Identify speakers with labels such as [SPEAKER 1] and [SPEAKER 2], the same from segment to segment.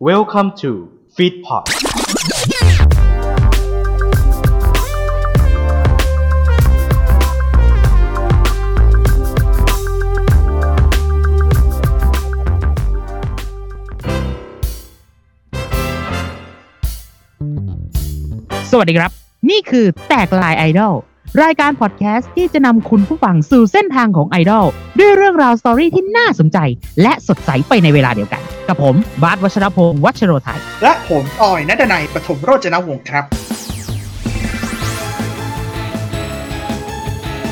[SPEAKER 1] Welcome to Feedpot
[SPEAKER 2] สวัสดีครับ นี่คือแตกลายไอดอลรายการพอดแคสต์ที่จะนำคุณผู้ฟังสู่เส้นทางของไอดอลด้วยเรื่องราวสตอรี่ที่น่าสนใจ และสดใสไปในเวลาเดียวกัน กับผม บาสวัชรพงศ์วัชโรไทย
[SPEAKER 3] และผมออยนัดนัยปฐมโรจนวงศ์ครับ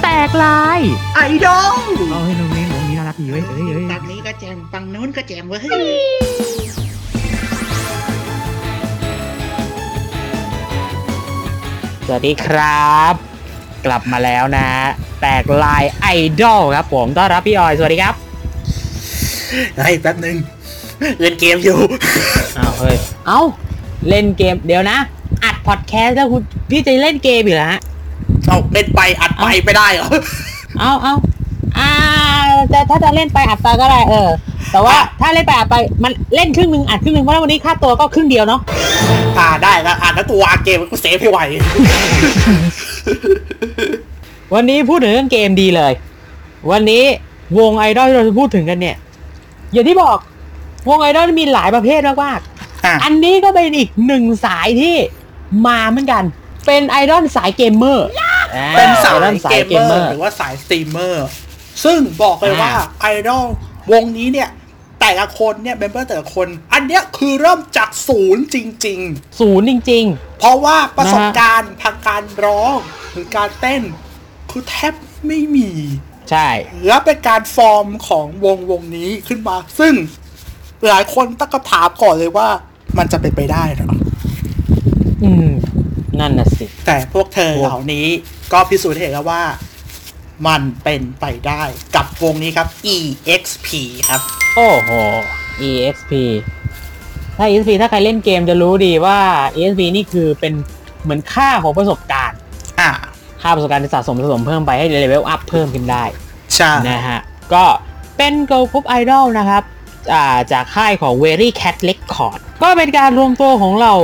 [SPEAKER 2] แตกลาย
[SPEAKER 3] ไอดอล
[SPEAKER 2] เอาให้น้องนี้น้องนี้น่ารักดีเว้ยเอ้ยเอ้ย
[SPEAKER 3] ฝั่งนี้ก็แจมฝั่งนู้นก็แจมเว้ย
[SPEAKER 4] สวัสดีครับ กลับมาแล้วนะ แตกลายไอดอลครับผมต้อนรับพี่ออยสวัสดีครับ
[SPEAKER 3] ไอ้ยแป๊บหนึ่งเล่นเกมอยู่
[SPEAKER 4] อ้าวเฮ้ยเอาเล่นเกมเดี๋ยวนะ อัดพอดแคสต์แล้วคุณพี่จะเล่นเกมอีกเหรอฮะ
[SPEAKER 3] เอาเล่นไปอัดไปไม่ได้เหรอ
[SPEAKER 4] เอาเอาอ่าแต่ถ้าจะเล่นไปอัดไปก็ได้เออ แต่ว่าถ้าเล่นไปอัดไปมันเล่นครึ่งหนึ่งอัดครึ่งหนึ่งเพราะว่าวันนี้ค่าตัวก็ครึ่งเดียวเนาะ
[SPEAKER 3] อ่าได้แล้วอ่านแล้วตัวเกมกูเซฟให้ไว
[SPEAKER 4] วันนี้พูดถึงเรื่องเกมดีเลย วันนี้วงไอดอลที่เราจะพูดถึงกันเนี่ยอย่างที่บอกวงไอดอลมีหลายประเภทมากๆ
[SPEAKER 3] อ่ะ
[SPEAKER 4] อันนี้ก็เป็นอีกหนึ่งสายที่มาเหมือนกัน เป็นไอดอลสายเกมเมอร์อ่
[SPEAKER 3] เป็นสาย
[SPEAKER 4] ไอดอล
[SPEAKER 3] เกมเมอร์หรือว่าสายสตรีมเมอร์ ซึ่งบอกเลยว่าไอดอลวงนี้เนี่ย แต่ละคนเนี่ยเมมเบอร์แต่ละคน อันเนี้ยคือเริ่มจากศูนย์จริง ๆ
[SPEAKER 4] ศูนย์จริง
[SPEAKER 3] เพราะว่าประสบการณ์ทางการร้องหรือการเต้น คือแทบไม่มี
[SPEAKER 4] ๆ ใช่
[SPEAKER 3] และเป็นการฟอร์มของวงวงนี้ขึ้นมา ซึ่งหลายคนตั้งคำถามก่อนเลยว่ามันจะเป็นไปได้เหรอ
[SPEAKER 4] อืม นั่นน่ะสิ
[SPEAKER 3] แต่พวกเธอ
[SPEAKER 4] โอ้
[SPEAKER 3] เหล่านี้ก็พิสูจน์ให้เห็นแล้วว่ามันเป็นไปได้กับวงนี้ครับ EXP ครับ
[SPEAKER 4] โอ้โห EXP ถ้า EXP ถ้าใครเล่นเกมจะรู้ดีว่า EXP นี่คือเป็นเหมือนค่าของประสบการณ์
[SPEAKER 3] อ่า
[SPEAKER 4] ค่าประสบการณ์ที่สะสมสะสมเพิ่มไปให้เลเวลอัพเพิ่มขึ้นได้
[SPEAKER 3] ใช่
[SPEAKER 4] นะฮะ ก็เป็นเกิร์ลกรุ๊ปไอดอลนะครับอ่าจากค่ายของ Very Cat Record ก็เป็นการรวมตัวของเรา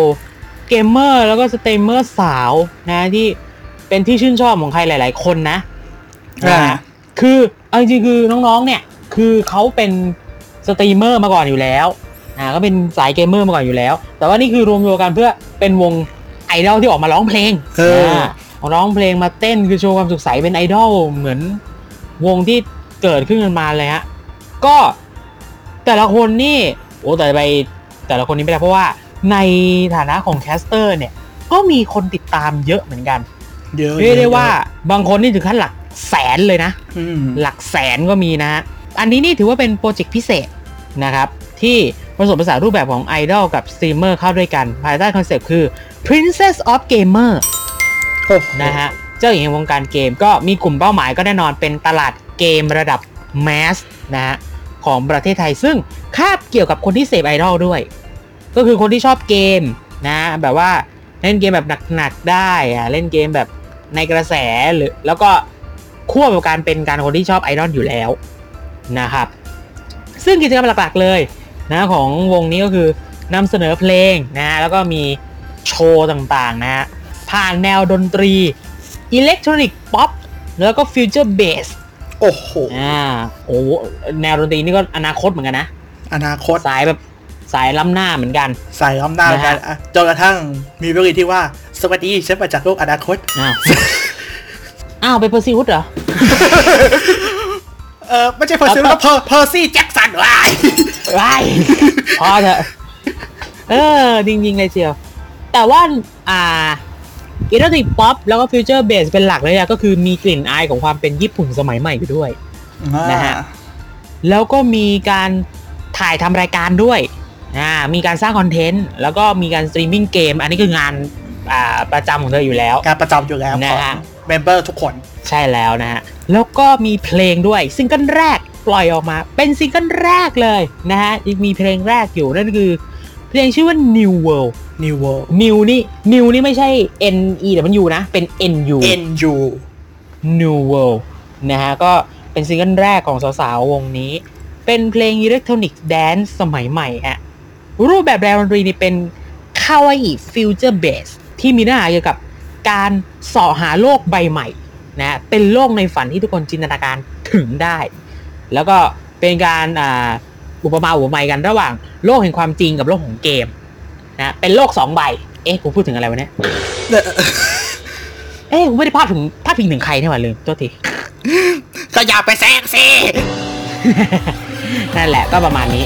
[SPEAKER 4] เกมเมอร์แล้วก็สเตมเมอร์สาวนะที่เป็นที่ชื่นชอบของใครหลาย ๆ คนนะ
[SPEAKER 3] อ่า
[SPEAKER 4] นะฮะคือเอาจริงๆคือน้องๆ เนี่ย คือเขาเป็นสตรีมเมอร์มาก่อนอยู่แล้วอ่าก็เป็นสายเกมเมอร์มาก่อนอยู่แล้ว แต่ว่านี่คือรวมตัวกันเพื่อเป็นวงไอดอลที่ออกมาร้องเพลง
[SPEAKER 3] เออ
[SPEAKER 4] เอาร้องเพลงมาเต้นคือโชว์ความสุขใสเป็นไอดอลเหมือนวงที่เกิดขึ้นกันมาเลยฮะ ก็แต่ละคนนี่ โอ้แต่ไปแต่ละคนนี้ไม่ได้เพราะว่าในฐานะของแคสเตอร์เนี่ย ก็มีคนติดตามเยอะเหมือนกัน
[SPEAKER 3] เยอะ
[SPEAKER 4] เรียกได้ว่าบางคนนี่ถึงขั้นหลักแสนเลยนะ
[SPEAKER 3] อืม
[SPEAKER 4] หลักแสนก็มีนะฮะอันนี้นี่ถือว่าเป็นโปรเจกต์พิเศษนะครับ ที่ผสมผสานรูปแบบของไอดอลกับสตรีมเมอร์เข้าด้วยกัน ภายใต้คอนเซปต์คือ Princess of Gamer
[SPEAKER 3] โอ้โห
[SPEAKER 4] นะฮะ เจ้าหญิงแห่งวงการเกมก็มีกลุ่มเป้าหมายก็แน่นอนเป็นตลาดเกมระดับแมสนะฮะ ของประเทศไทยซึ่งคาบเกี่ยวกับคนที่เสพไอดอลด้วย ก็คือคนที่ชอบเกมนะ แบบว่าเล่นเกมแบบหนักๆได้อะเล่นเกมแบบในกระแสหรือแล้วก็ควบกับการเป็นการคนที่ชอบไอดอลอยู่แล้วนะครับ ซึ่งกิจกรรมหลักๆเลยนะของวงนี้ก็คือนำเสนอเพลงนะ แล้วก็มีโชว์ต่างๆนะฮะ ผ่านแนวดนตรีอิเล็กทรอนิกส์ป๊อปแล้วก็ฟิวเจอร์เบส
[SPEAKER 3] โอ้โห
[SPEAKER 4] อ่าโอ้โหแนวดนตรีนี่ก็อนาคตเหมือนกันนะ
[SPEAKER 3] อนาคต
[SPEAKER 4] สายแบบสายล้ำหน้าเหมือนกัน
[SPEAKER 3] ใส่อำนาจกันอ่ะจนกระทั่งมีวิกฤตที่ว่า สวัสดีฉันมาจากโลกอนาคต
[SPEAKER 4] อ้าว อ้าวไปเปอร์ซิวดเหรอ
[SPEAKER 3] เออไม่ใช่เพอร์ซิล
[SPEAKER 4] ครับ
[SPEAKER 3] ก็เพอร์เพอร์ซี่แจ็คสันว้าย
[SPEAKER 4] ไรพอเถอะเออ จริง ๆ เลยเชียว แต่ว่า อ่าอิเล็กทรอนิกส์ป๊อปแล้วก็ฟิวเจอร์เบสเป็นหลักเลยอะก็คือมีกลิ่นอายของความเป็นญี่ปุ่นสมัยใหม่อยู่ด้วย นะฮะ แล้วก็มีการถ่ายทำรายการด้วยอ่ามีการสร้างคอนเทนต์ แล้วก็มีการสตรีมมิ่งเกม อันนี้คืองานอ่าประจำของเธออยู่แล้ว
[SPEAKER 3] การประจำอยู่แล้ว
[SPEAKER 4] นะ
[SPEAKER 3] ของ
[SPEAKER 4] ฮะ
[SPEAKER 3] เมมเบอร์ทุกคน
[SPEAKER 4] ใช่แล้วนะฮะ แล้วก็มีเพลงด้วยซิงเกิลแรกปล่อยออกมา เป็นซิงเกิลแรกเลยนะฮะยังมีเพลงแรกอยู่นั่นคือ เพลงชื่อว่า New World
[SPEAKER 3] New World
[SPEAKER 4] New นี่ New นี่ไม่ใช่ N E แต่มันอยู่นะ เป็น N U
[SPEAKER 3] NU
[SPEAKER 4] New World นะฮะ ก็เป็นซิงเกิลแรกของสาวๆวงนี้ เป็นเพลงอิเล็กทรอนิกส์แดนซ์สมัยใหม่ฮะ รูปแบบแรงดนตรีนี่เป็นคาวาอิฟิวเจอร์เบสที่มีเนื้อหาเกี่ยวกับการเสาะหาโลกใบใหม่นะเป็นโลกในฝันที่ทุกคนจินตนาการถึงได้ แล้วก็เป็นการอ่าอุปมาอุปไมยกันระหว่างโลกแห่งความจริงกับโลกของเกมนะเป็นโลกสองใบ เอ๊ะกูพูดถึงอะไรวะเนี่ย
[SPEAKER 3] เอ่อ
[SPEAKER 4] เอ๊ะกูไม่ได้พาดถึงพาดพิงถึงใครเนี่ยหว่าลืมตัวที
[SPEAKER 3] ก็อย่าไปแซงสิ
[SPEAKER 4] นั่นแหละก็ประมาณนี้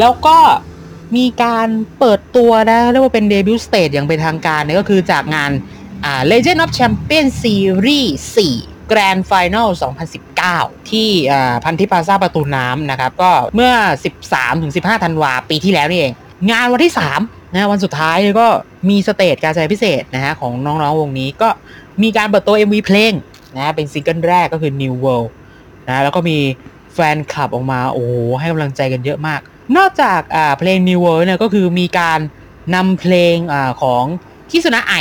[SPEAKER 4] แล้วก็มีการเปิดตัวนะเรียกว่าเป็นเดบิวต์สเตจอย่างเป็นทางการเนี่ยก็คือจากงานอ่า Legend of Champion Series 4 Grand Final 2019 ที่อ่าพันธิพาซาประตูน้ำนะครับ ก็เมื่อ 13-15 ธันวาปีที่แล้วนี่เอง งานวันที่3นะวันสุดท้ายก็มีสเตจการแสดงพิเศษนะฮะของน้องๆวงนี้ก็มีการเปิดตัว MV เพลงนะเป็นซิงเกิลแรกก็คือ New World นะแล้วก็มีแฟนคลับออกมาโอ้โหให้กำลังใจกันเยอะมาก นอกจากอ่าเพลง New World เนี่ยก็คือมีการนำเพลงอาของคิสุนะไอ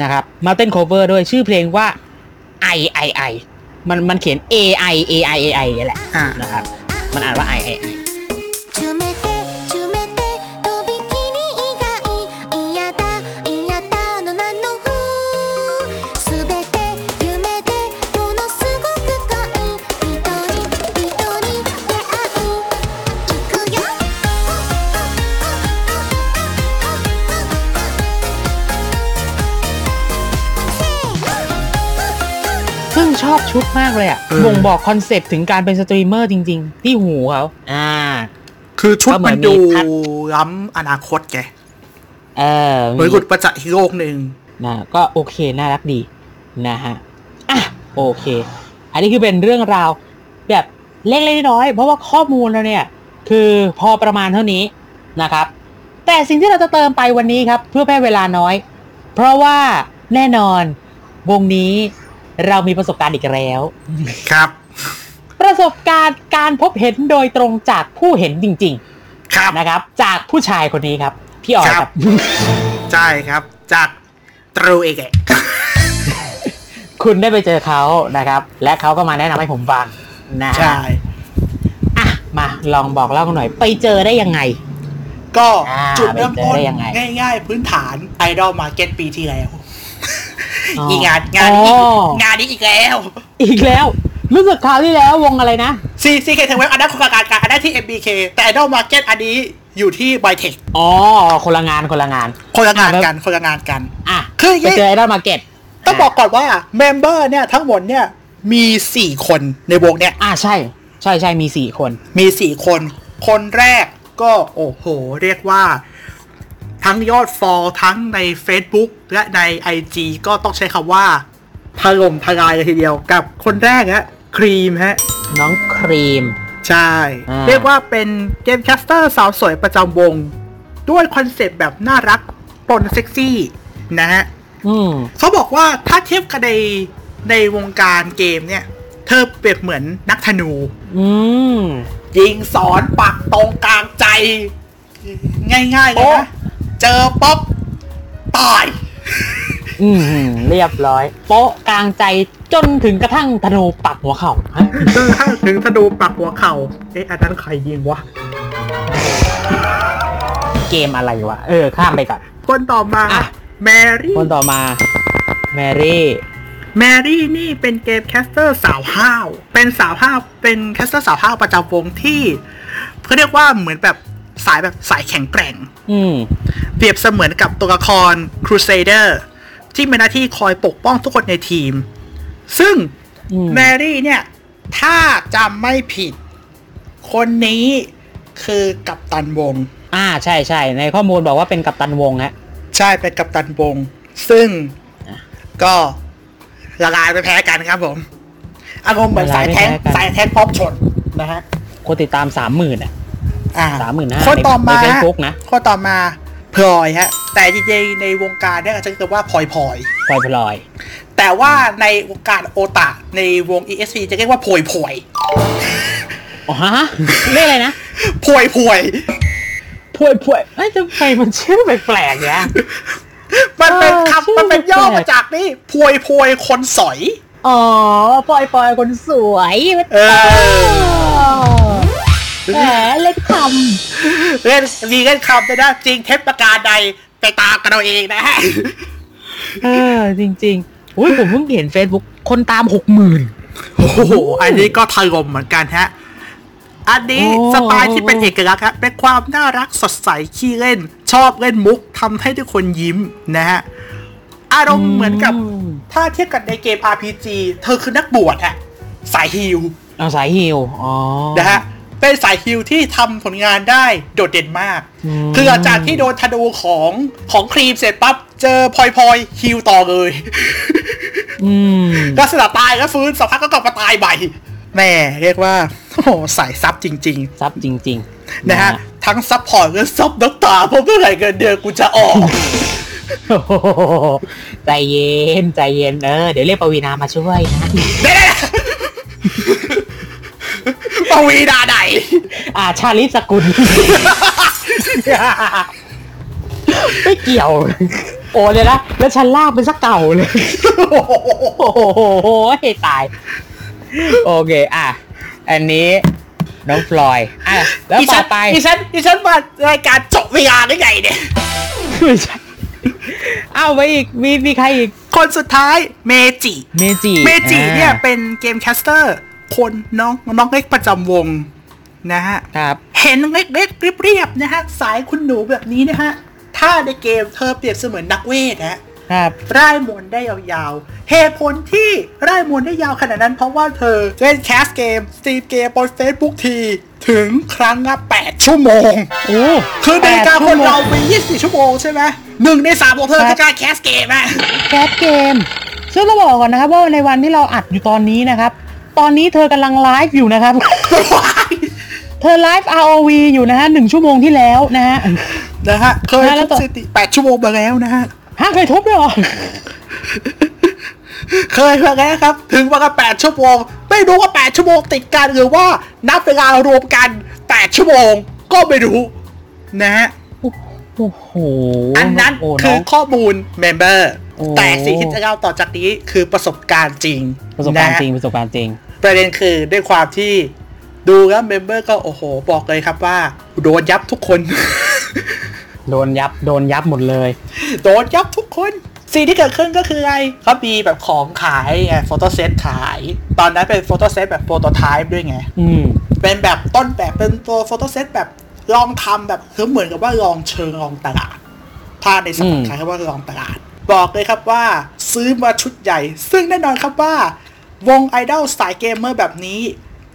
[SPEAKER 4] นะครับมาเต้น cover ด้วยชื่อเพลงว่า I I I มันมันเขียน A I A I A I นี่แหละ
[SPEAKER 3] อ่า
[SPEAKER 4] นะครับ มันอ่านว่า I I I
[SPEAKER 5] 「ちゅめてちゅめてとびきり以外いやだいやだのなのふ」「すべて夢でものすごく遠い」「ひとりひとり出会う」「いくよ」
[SPEAKER 4] ซึ่งชอบชุดมากเลยอะ
[SPEAKER 3] อืม
[SPEAKER 4] บ่งบอกคอนเซปต์ถึงการเป็นสตรีมเมอร์จริง ๆ ที่หูเขาอ่า
[SPEAKER 3] คือชุด
[SPEAKER 4] ก็เหมื
[SPEAKER 3] มั
[SPEAKER 4] อน นมี
[SPEAKER 3] ดู
[SPEAKER 4] ทัด
[SPEAKER 3] ล้ำอนาคตแก
[SPEAKER 4] เออ
[SPEAKER 3] เห
[SPEAKER 4] มี
[SPEAKER 3] มือนกุดประจักษ์อีกโลกหนึ่ง
[SPEAKER 4] นะก็โอเค น่ารักดีนะฮะ อ่ะ โอเค อันนี้คือเป็นเรื่องราวแบบเล็กๆน้อยๆเพราะว่าข้อมูลเราเนี่ย คือพอประมาณเท่านี้นะครับ แต่สิ่งที่เราจะเติมไปวันนี้ครับ เพื่อให้เวลาน้อย เพราะว่าแน่นอนวงนี้เรามีประสบการณ์อีกแล้ว
[SPEAKER 3] ครับ
[SPEAKER 4] ประสบการณ์การพบเห็นโดยตรงจากผู้เห็นจริง
[SPEAKER 3] ครับ
[SPEAKER 4] ๆนะครับ จากผู้ชายคนนี้ครับ พี่อ๋อย
[SPEAKER 3] ค
[SPEAKER 4] ค
[SPEAKER 3] รั
[SPEAKER 4] รับ บ
[SPEAKER 3] ใช่ครับ จากตรูเอกะ
[SPEAKER 4] คุณได้ไปเจอเขานะครับ และเขาก็มาแนะนำให้ผมฟังนะฮะ
[SPEAKER 3] ใช่
[SPEAKER 4] อ่ะ มาลองบอกเล่ากันหน่อย ไปเจอได้ยังไง
[SPEAKER 3] ก็
[SPEAKER 4] อ่า
[SPEAKER 3] จุดเริ่มต้น
[SPEAKER 4] ไปเจอได้ยังไง
[SPEAKER 3] ง่ายๆ พื้นฐานไอดอลมาเก็ตปีที่แล้ว
[SPEAKER 4] อ๋อ
[SPEAKER 3] อีกงานงานนี้
[SPEAKER 4] อ๋
[SPEAKER 3] อี
[SPEAKER 4] อก
[SPEAKER 3] งานนี้อีกแล้ว
[SPEAKER 4] อีกแล้ว รู้สึกคราวที่แล้ววงอะไรนะ
[SPEAKER 3] ซีซีเคทเวฟอันนั้นโครงการการอันนั้นที่ MBK แต่ไอดอลมาเก็ตอันนี้อยู่ที่ไบเทค
[SPEAKER 4] อ๋อ คนละงานคนละงาน
[SPEAKER 3] คนละงานกันคนละงานกัน
[SPEAKER 4] อ่ะ
[SPEAKER 3] คืออย่า
[SPEAKER 4] ไป
[SPEAKER 3] งงี้
[SPEAKER 4] เจอไอดอลมาเก็ต
[SPEAKER 3] ต้องบอกก่อนว่าเมมเบอร์เนี่ยทั้งหมดเนี่ยมี 4 คนในวงเนี่ย
[SPEAKER 4] อ่ะ ใช่ ใช่ใช่มีสี่คน
[SPEAKER 3] มี 4 คน คนแรกก็โอ้โห เรียกว่า ทั้งยอดฟอลทั้งใน Facebook และใน IG ก็ต้องใช้คำว่าถล่มทลายเลยทีเดียวกับคนแรกฮะครีมฮะ
[SPEAKER 4] น้องครีม
[SPEAKER 3] ใช่
[SPEAKER 4] อ่า
[SPEAKER 3] เรียกว่าเป็นเกมแคสเตอร์สาวสวยประจำวง ด้วยคอนเซปต์แบบน่ารักปนเซ็กซี่นะฮะ
[SPEAKER 4] อืม
[SPEAKER 3] เขาบอกว่าถ้าเทียบกันในในวงการเกมเนี่ย เธอเปรียบเหมือนนักธนู
[SPEAKER 4] อืม
[SPEAKER 3] ยิงสอนปักตรงกลางใจ ง่ายๆเลย
[SPEAKER 4] โอ๊ะ
[SPEAKER 3] นะเจอป๊อบตาย
[SPEAKER 4] อืมหืมเรียบร้อย โป๊ะกลางใจจนถึงกระทั่งธนูปักหัวเข่าฮะ
[SPEAKER 3] เจอข้างถึงธนูปักหัวเข่าเอ๊ะอันนั้นใครยิงวะ
[SPEAKER 4] เกมอะไรวะ เออ ข้ามไปก่อน
[SPEAKER 3] คนต่อมา
[SPEAKER 4] อ่ะ
[SPEAKER 3] แมรี่
[SPEAKER 4] คนต่อมา แมรี่
[SPEAKER 3] แมรี่นี่เป็นเกมแคสเตอร์สาวห้าว เป็นสาวห้าวเป็นแคสเตอร์สาวห้าวประจำวงที่เขาเรียกว่าเหมือนแบบสายแบบสายแข็งแกร่ง
[SPEAKER 4] อืม
[SPEAKER 3] เปรียบเสมือนกับตัวละคร Crusader ที่มีหน้าที่คอยปกป้องทุกคนในทีม ซึ่ง
[SPEAKER 4] อืม
[SPEAKER 3] แมรี่เนี่ย ถ้าจำไม่ผิด คนนี้คือกัปตันวง
[SPEAKER 4] อ่าใช่ใช่ในข้อมูลบอกว่าเป็นกัปตันวงฮะ
[SPEAKER 3] ใช่เป็นกัปตันวง ซึ่ง
[SPEAKER 4] อ่ะ
[SPEAKER 3] ก็ละลายไปแพ้กันครับผม อารมณ์เหมือนสายแท้ง
[SPEAKER 4] ละลายไปแพ้กัน
[SPEAKER 3] สายแท้งป๊อปชนนะฮะ
[SPEAKER 4] คนติดตามสามหมื่นอ่ะ
[SPEAKER 3] อ่า
[SPEAKER 4] สามหมื่นห้า
[SPEAKER 3] คนต่อมา
[SPEAKER 4] ในเฟซบุ๊กนะ
[SPEAKER 3] คนต่อมา พลอยฮะ แต่จริงๆในวงการเนี่ยอาจจะเรียกว่าพลอยพลอย
[SPEAKER 4] พลอยพลอย
[SPEAKER 3] ๆแต่ว่าในวงการโอตะในวง ESP จะเรียกว่าพลอยพลอย
[SPEAKER 4] อ๋อฮะเรียกอะไรนะ
[SPEAKER 3] พลอยพลอย
[SPEAKER 4] พวยพวยเอ้ยทำไมมันชื่อแปลกๆเนี่ย
[SPEAKER 3] มันเป็น
[SPEAKER 4] เออชื่อ
[SPEAKER 3] คำมันเป็นย่อ
[SPEAKER 4] แปล
[SPEAKER 3] มาก
[SPEAKER 4] ๆ
[SPEAKER 3] จากนี่พลอยพลอยคนสอย
[SPEAKER 4] อ๋อพลอยพลอยคนสวย
[SPEAKER 3] เออ
[SPEAKER 4] แหมเล่นค
[SPEAKER 3] เล่นมีเล่นคำได้นะจริงเทปประการใดไปตามกันเอาเองนะฮะ
[SPEAKER 4] ำเออจริงๆอุ้ยผมเพิ่งเห็น Facebook คนตามหกหมื่น
[SPEAKER 3] โอ้โห อันนี้ก็ถล่มเหมือนกันฮะ อันนี้
[SPEAKER 4] โอ้
[SPEAKER 3] สไตล์ที่เป็นเอกลักษณ์ฮะเป็นความน่ารักสดใสขี้เล่น ชอบเล่นมุกทำให้ทุกคนยิ้มนะฮะ อารมณ์เหมือนกับ ถ้าเทียบกันในเกม RPG เธอคือนักบวชฮะ สายฮิล
[SPEAKER 4] เอาสายฮิวอ๋อ
[SPEAKER 3] นะฮะ เป็นสายฮิลที่ทำผลงานได้โดดเด่นมาก
[SPEAKER 4] ม
[SPEAKER 3] คือหลังจากที่โดนธนูของของครีมเสร็จปั๊บ เจอพลอยพลอยฮิลต่อ เลย
[SPEAKER 4] อืม
[SPEAKER 3] ลักษณะตายแล้วฟื้นสักพักก็กลับมาตายใหม่แหม่เรียกว่า โอ้โหสายซับจริง
[SPEAKER 4] ซับจริง
[SPEAKER 3] ๆ
[SPEAKER 4] ๆ
[SPEAKER 3] นะฮะ ทั้งซับพอร์ตและซับน้ำตาเพราะเมื่อไหร่เงินเดือนกูจะอ อก
[SPEAKER 4] โอ้โห ใจเย็นใจเย็นเออเดี๋ยวเรียกปวีนามาช่วยนะ
[SPEAKER 3] เด้ปวีดา ไหน
[SPEAKER 4] อ่าชาลิสกุล ไม่เกี่ยว โอ้เลยนะแล้วชั้นล่างเป็นสักเก่าเลย โอ้โหตาย โอเค อ่ะ อันนี้น้องพลอย อ่ะ แล้ว
[SPEAKER 3] อี
[SPEAKER 4] ต่
[SPEAKER 3] ฉั
[SPEAKER 4] อน ไป
[SPEAKER 3] อีฉันอีฉันมารายการเจบเวลาได้ไงเนี่ย
[SPEAKER 4] ไม่ใช่อ้าวไปอีก มีมีใครอีก
[SPEAKER 3] คนสุดท้ายเมจิ
[SPEAKER 4] เมจิ
[SPEAKER 3] เมจิเนี่ย
[SPEAKER 4] อ่า
[SPEAKER 3] เป็นเกมแคสเตอร์ คนน้องน้องเล็กประจำวง นะฮะ
[SPEAKER 4] ครับ
[SPEAKER 3] เห็นเล็กๆเรียบๆนะฮะ สายคุณหนูแบบนี้นะฮะ ถ้าในเกมเธอเปรียบเสมือนนักเวทฮะ
[SPEAKER 4] ครับ
[SPEAKER 3] ร่ายมนต์ได้ยาวๆ เหตุผลที่ร่ายมนต์ได้ยาวขนาดนั้นเพราะว่าเธอเล่นแคสเกมสตรีมเกมบน Facebook ทีถึงครั้งละ8ชั่วโมง
[SPEAKER 4] โอ้
[SPEAKER 3] คือในการ
[SPEAKER 4] แปด
[SPEAKER 3] คนเรา
[SPEAKER 4] ชั่วโมง
[SPEAKER 3] มี24 ชั่วโมงใช่ไหมหนึ่งในสามของเธอ
[SPEAKER 4] ครั
[SPEAKER 3] คื
[SPEAKER 4] บ
[SPEAKER 3] อการแคสเกมอะ
[SPEAKER 4] แคสเกม ซึ่งเราบอกก่อนนะครับว่าในวันที่เราอัดอยู่ตอนนี้นะครับ ตอนนี้เธอกำลังไลฟ์อยู่นะครับ เธอไลฟ์ ROV อยู่นะฮะหนึ่งชั่วโมงที่แล้วนะฮะ
[SPEAKER 3] นะฮะ เคย
[SPEAKER 4] แล้ว
[SPEAKER 3] ทุบ
[SPEAKER 4] ต่อ
[SPEAKER 3] สถิติ8ชั่วโมงมาแล้วนะฮะ
[SPEAKER 4] ฮะเคยทุบด้วยเหรอ
[SPEAKER 3] เคยมาแล้วครับ ถึงวันละ8ชั่วโมง ไม่รู้ว่า 8 ชั่วโมงติดกันหรือว่านับเวลารวมกัน 8 ชั่วโมง ก็ไม่รู้ นะฮะ
[SPEAKER 4] โอ้โห
[SPEAKER 3] อันนั้น
[SPEAKER 4] โโห
[SPEAKER 3] คือ
[SPEAKER 4] เะ
[SPEAKER 3] ข้อมูลเมมเบอร์
[SPEAKER 4] โอ้
[SPEAKER 3] แต่สิ่งที่จะเล่าต่อจากนี้คือประสบการณ์จริง
[SPEAKER 4] ประสบการณ์
[SPEAKER 3] นฮ
[SPEAKER 4] จริงประสบการณ์จริง
[SPEAKER 3] ประเด็นคือด้วยความที่ดูแล้วเมมเบอร์ก็โอ้โห บอกเลยครับว่า โดนยับทุกคน
[SPEAKER 4] โดนยับโดนยับหมดเลย
[SPEAKER 3] โดนยับทุกคน สิ่งที่เกิดขึ้นก็คืออะไรเขามีแบบของขายโฟโต้เซตขาย ตอนนั้นเป็นโฟโต้เซตแบบโปรโตไทป์ด้วยไง
[SPEAKER 4] อืม
[SPEAKER 3] เป็นแบบต้นแบบเป็นตัวโฟโต้เซตแบบลองทำแบบคือเหมือนกับว่าลองเชิงลองตลาดถ้าในสมัย
[SPEAKER 4] อืม
[SPEAKER 3] ใช้คำว่าลองตลาด บอกเลยครับว่าซื้อมาชุดใหญ่ ซึ่งแน่นอนครับว่า วงไอดอลสายเกมเมอร์แบบนี้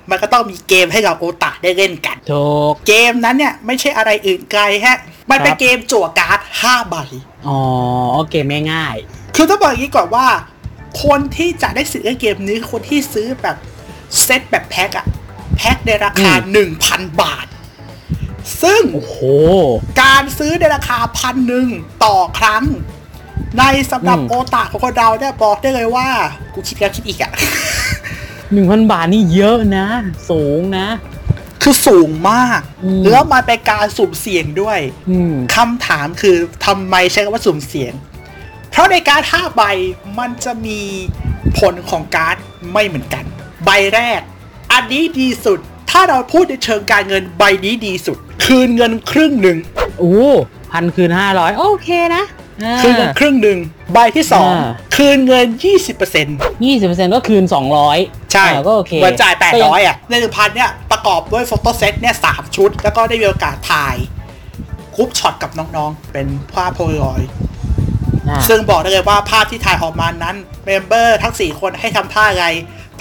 [SPEAKER 3] มันก็ต้องมีเกมให้กับโอตาได้เล่นกัน
[SPEAKER 4] ถูก
[SPEAKER 3] เกมนั้นเนี่ย ไม่ใช่อะไรอื่นไกลฮะ มันเป็น
[SPEAKER 4] ครับ
[SPEAKER 3] เกมจั่วการ์ด5ใบ
[SPEAKER 4] อ๋อเกมง่าย
[SPEAKER 3] คือต้องบอกอย่างนี้ก่อนว่า คนที่จะได้สิทธิ์เล่นเกมนี้คือคนที่ซื้อแบบเซตแบบแพ็คอะแพ็คในราคา 1,000 บาท ซึ่ง
[SPEAKER 4] ๆโอ้โห
[SPEAKER 3] การซื้อในราคาพันหนึ่งต่อครั้ง ในสำหรับ
[SPEAKER 4] อืม
[SPEAKER 3] โอตาของคนเราเนี่ยบอกได้เลยว่า กูคิดแล้วคิดอีกอะ
[SPEAKER 4] หนึ่งพันบาทนี่เยอะนะ สูงนะ
[SPEAKER 3] คือสูงมาก
[SPEAKER 4] อืม
[SPEAKER 3] แล้วมันเป็นการสุ่มเสี่ยงด้วย
[SPEAKER 4] อืม
[SPEAKER 3] คำถามคือทำไมใช้คำว่าสุ่มเสี่ยง เพราะในการห้าใบมันจะมีผลของการ์ดไม่เหมือนกัน ใบแรก อันนี้ดีสุด ถ้าเราพูดในเชิงการเงินใบนี้ดีสุด คืนเงินครึ่งหนึ่ง
[SPEAKER 4] โอ้พันคืนห้าร้อยโอเคนะอ่า
[SPEAKER 3] คืนเงินครึ่งหนึ่งใบที่สอง
[SPEAKER 4] อ่า
[SPEAKER 3] คืนเงิน 20%
[SPEAKER 4] ยี่สิบเปอร์เซ็นต์ก็คืนสองร้อย
[SPEAKER 3] ใช่
[SPEAKER 4] ก็โอเค
[SPEAKER 3] เหมือนจ่าย
[SPEAKER 4] ก็ง
[SPEAKER 3] 800 อ่ะ ในหนึ่งพันเนี่ย ประกอบด้วยโฟโต้เซตเนี่ยสามชุด แล้วก็ได้มีโอกาสถ่ายกรุ๊ปช็อตกับน้องๆ เป็นภาพโพลารอย
[SPEAKER 4] อ่า
[SPEAKER 3] ซึ่งบอกได้เลยว่าภาพที่ถ่ายออกมานั้น เมมเบอร์ทั้ง 4 คนให้ทำท่าอะไร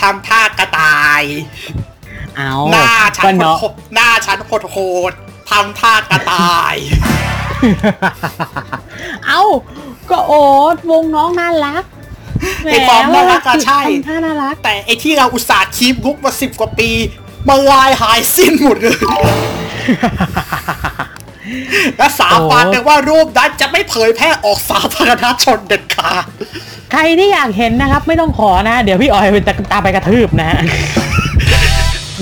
[SPEAKER 3] ทำท่ากระต่าย
[SPEAKER 4] เอา
[SPEAKER 3] หน้าฉั
[SPEAKER 4] ก็
[SPEAKER 3] น
[SPEAKER 4] เนาะ
[SPEAKER 3] โคตรหน้าฉันโคตรโคตรทำท่ากระต่าย
[SPEAKER 4] เอ้า ก็โอ๊ตวงน้องน่ารักแห
[SPEAKER 3] ไอ้ความน่ารักอะใช่
[SPEAKER 4] ทำท่าน่ารัก
[SPEAKER 3] แต่ไอที่เราอุตส่าห์คีบลุก มาสิบกว่าปี มาลายหายสิ้นหมดเลย และสาบาน
[SPEAKER 4] โอ้
[SPEAKER 3] เลยว่ารูปนั้นจะไม่เผยแพร่ออกสาธารณชนเด็ดขาด
[SPEAKER 4] ใครที่อยากเห็นนะครับ ไม่ต้องขอนะ เดี๋ยวพี่ออยเป็นตามไปกระทืบนะ ฮะ